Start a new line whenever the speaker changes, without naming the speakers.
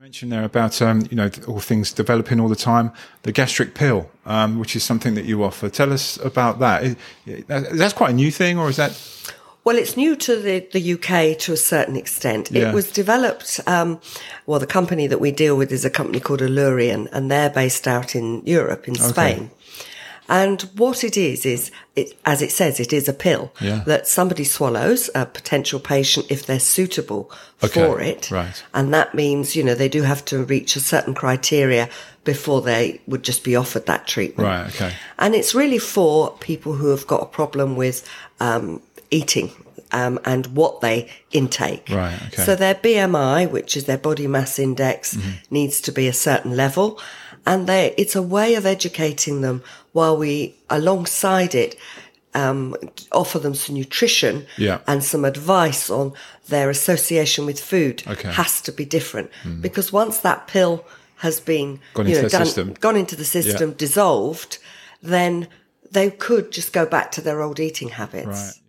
mentioned there about um, you know all things developing all the time the gastric pill um, which is something that you offer tell us about that is, is that's quite a new thing or is that
Well, it's new to the, the UK to a certain extent.
Yeah.
It was developed, um, well, the company that we deal with is a company called Allurian, and they're based out in Europe, in Spain. And what it is, is it, as it says, it is a pill
Yeah.
that somebody swallows, a potential patient, if they're suitable
Okay,
for it.
right.
And that means, you know, they do have to reach a certain criteria before they would just be offered that treatment.
right okay
And it's really for people who have got a problem with um, eating um, and what they intake.
Right, okay. Mm-hmm.
So their BMI, which is their body mass index, needs to be a certain level. And they, it's a way of educating them while we, alongside it, um, offer them some nutrition
Yeah.
and some advice on their association with food
Okay. Mm-hmm.
has to be different because once that pill has been
Gone
you
into
know,
the
done-
system.
gone into the system, dissolved, then they could just go back to their old eating habits.
Right.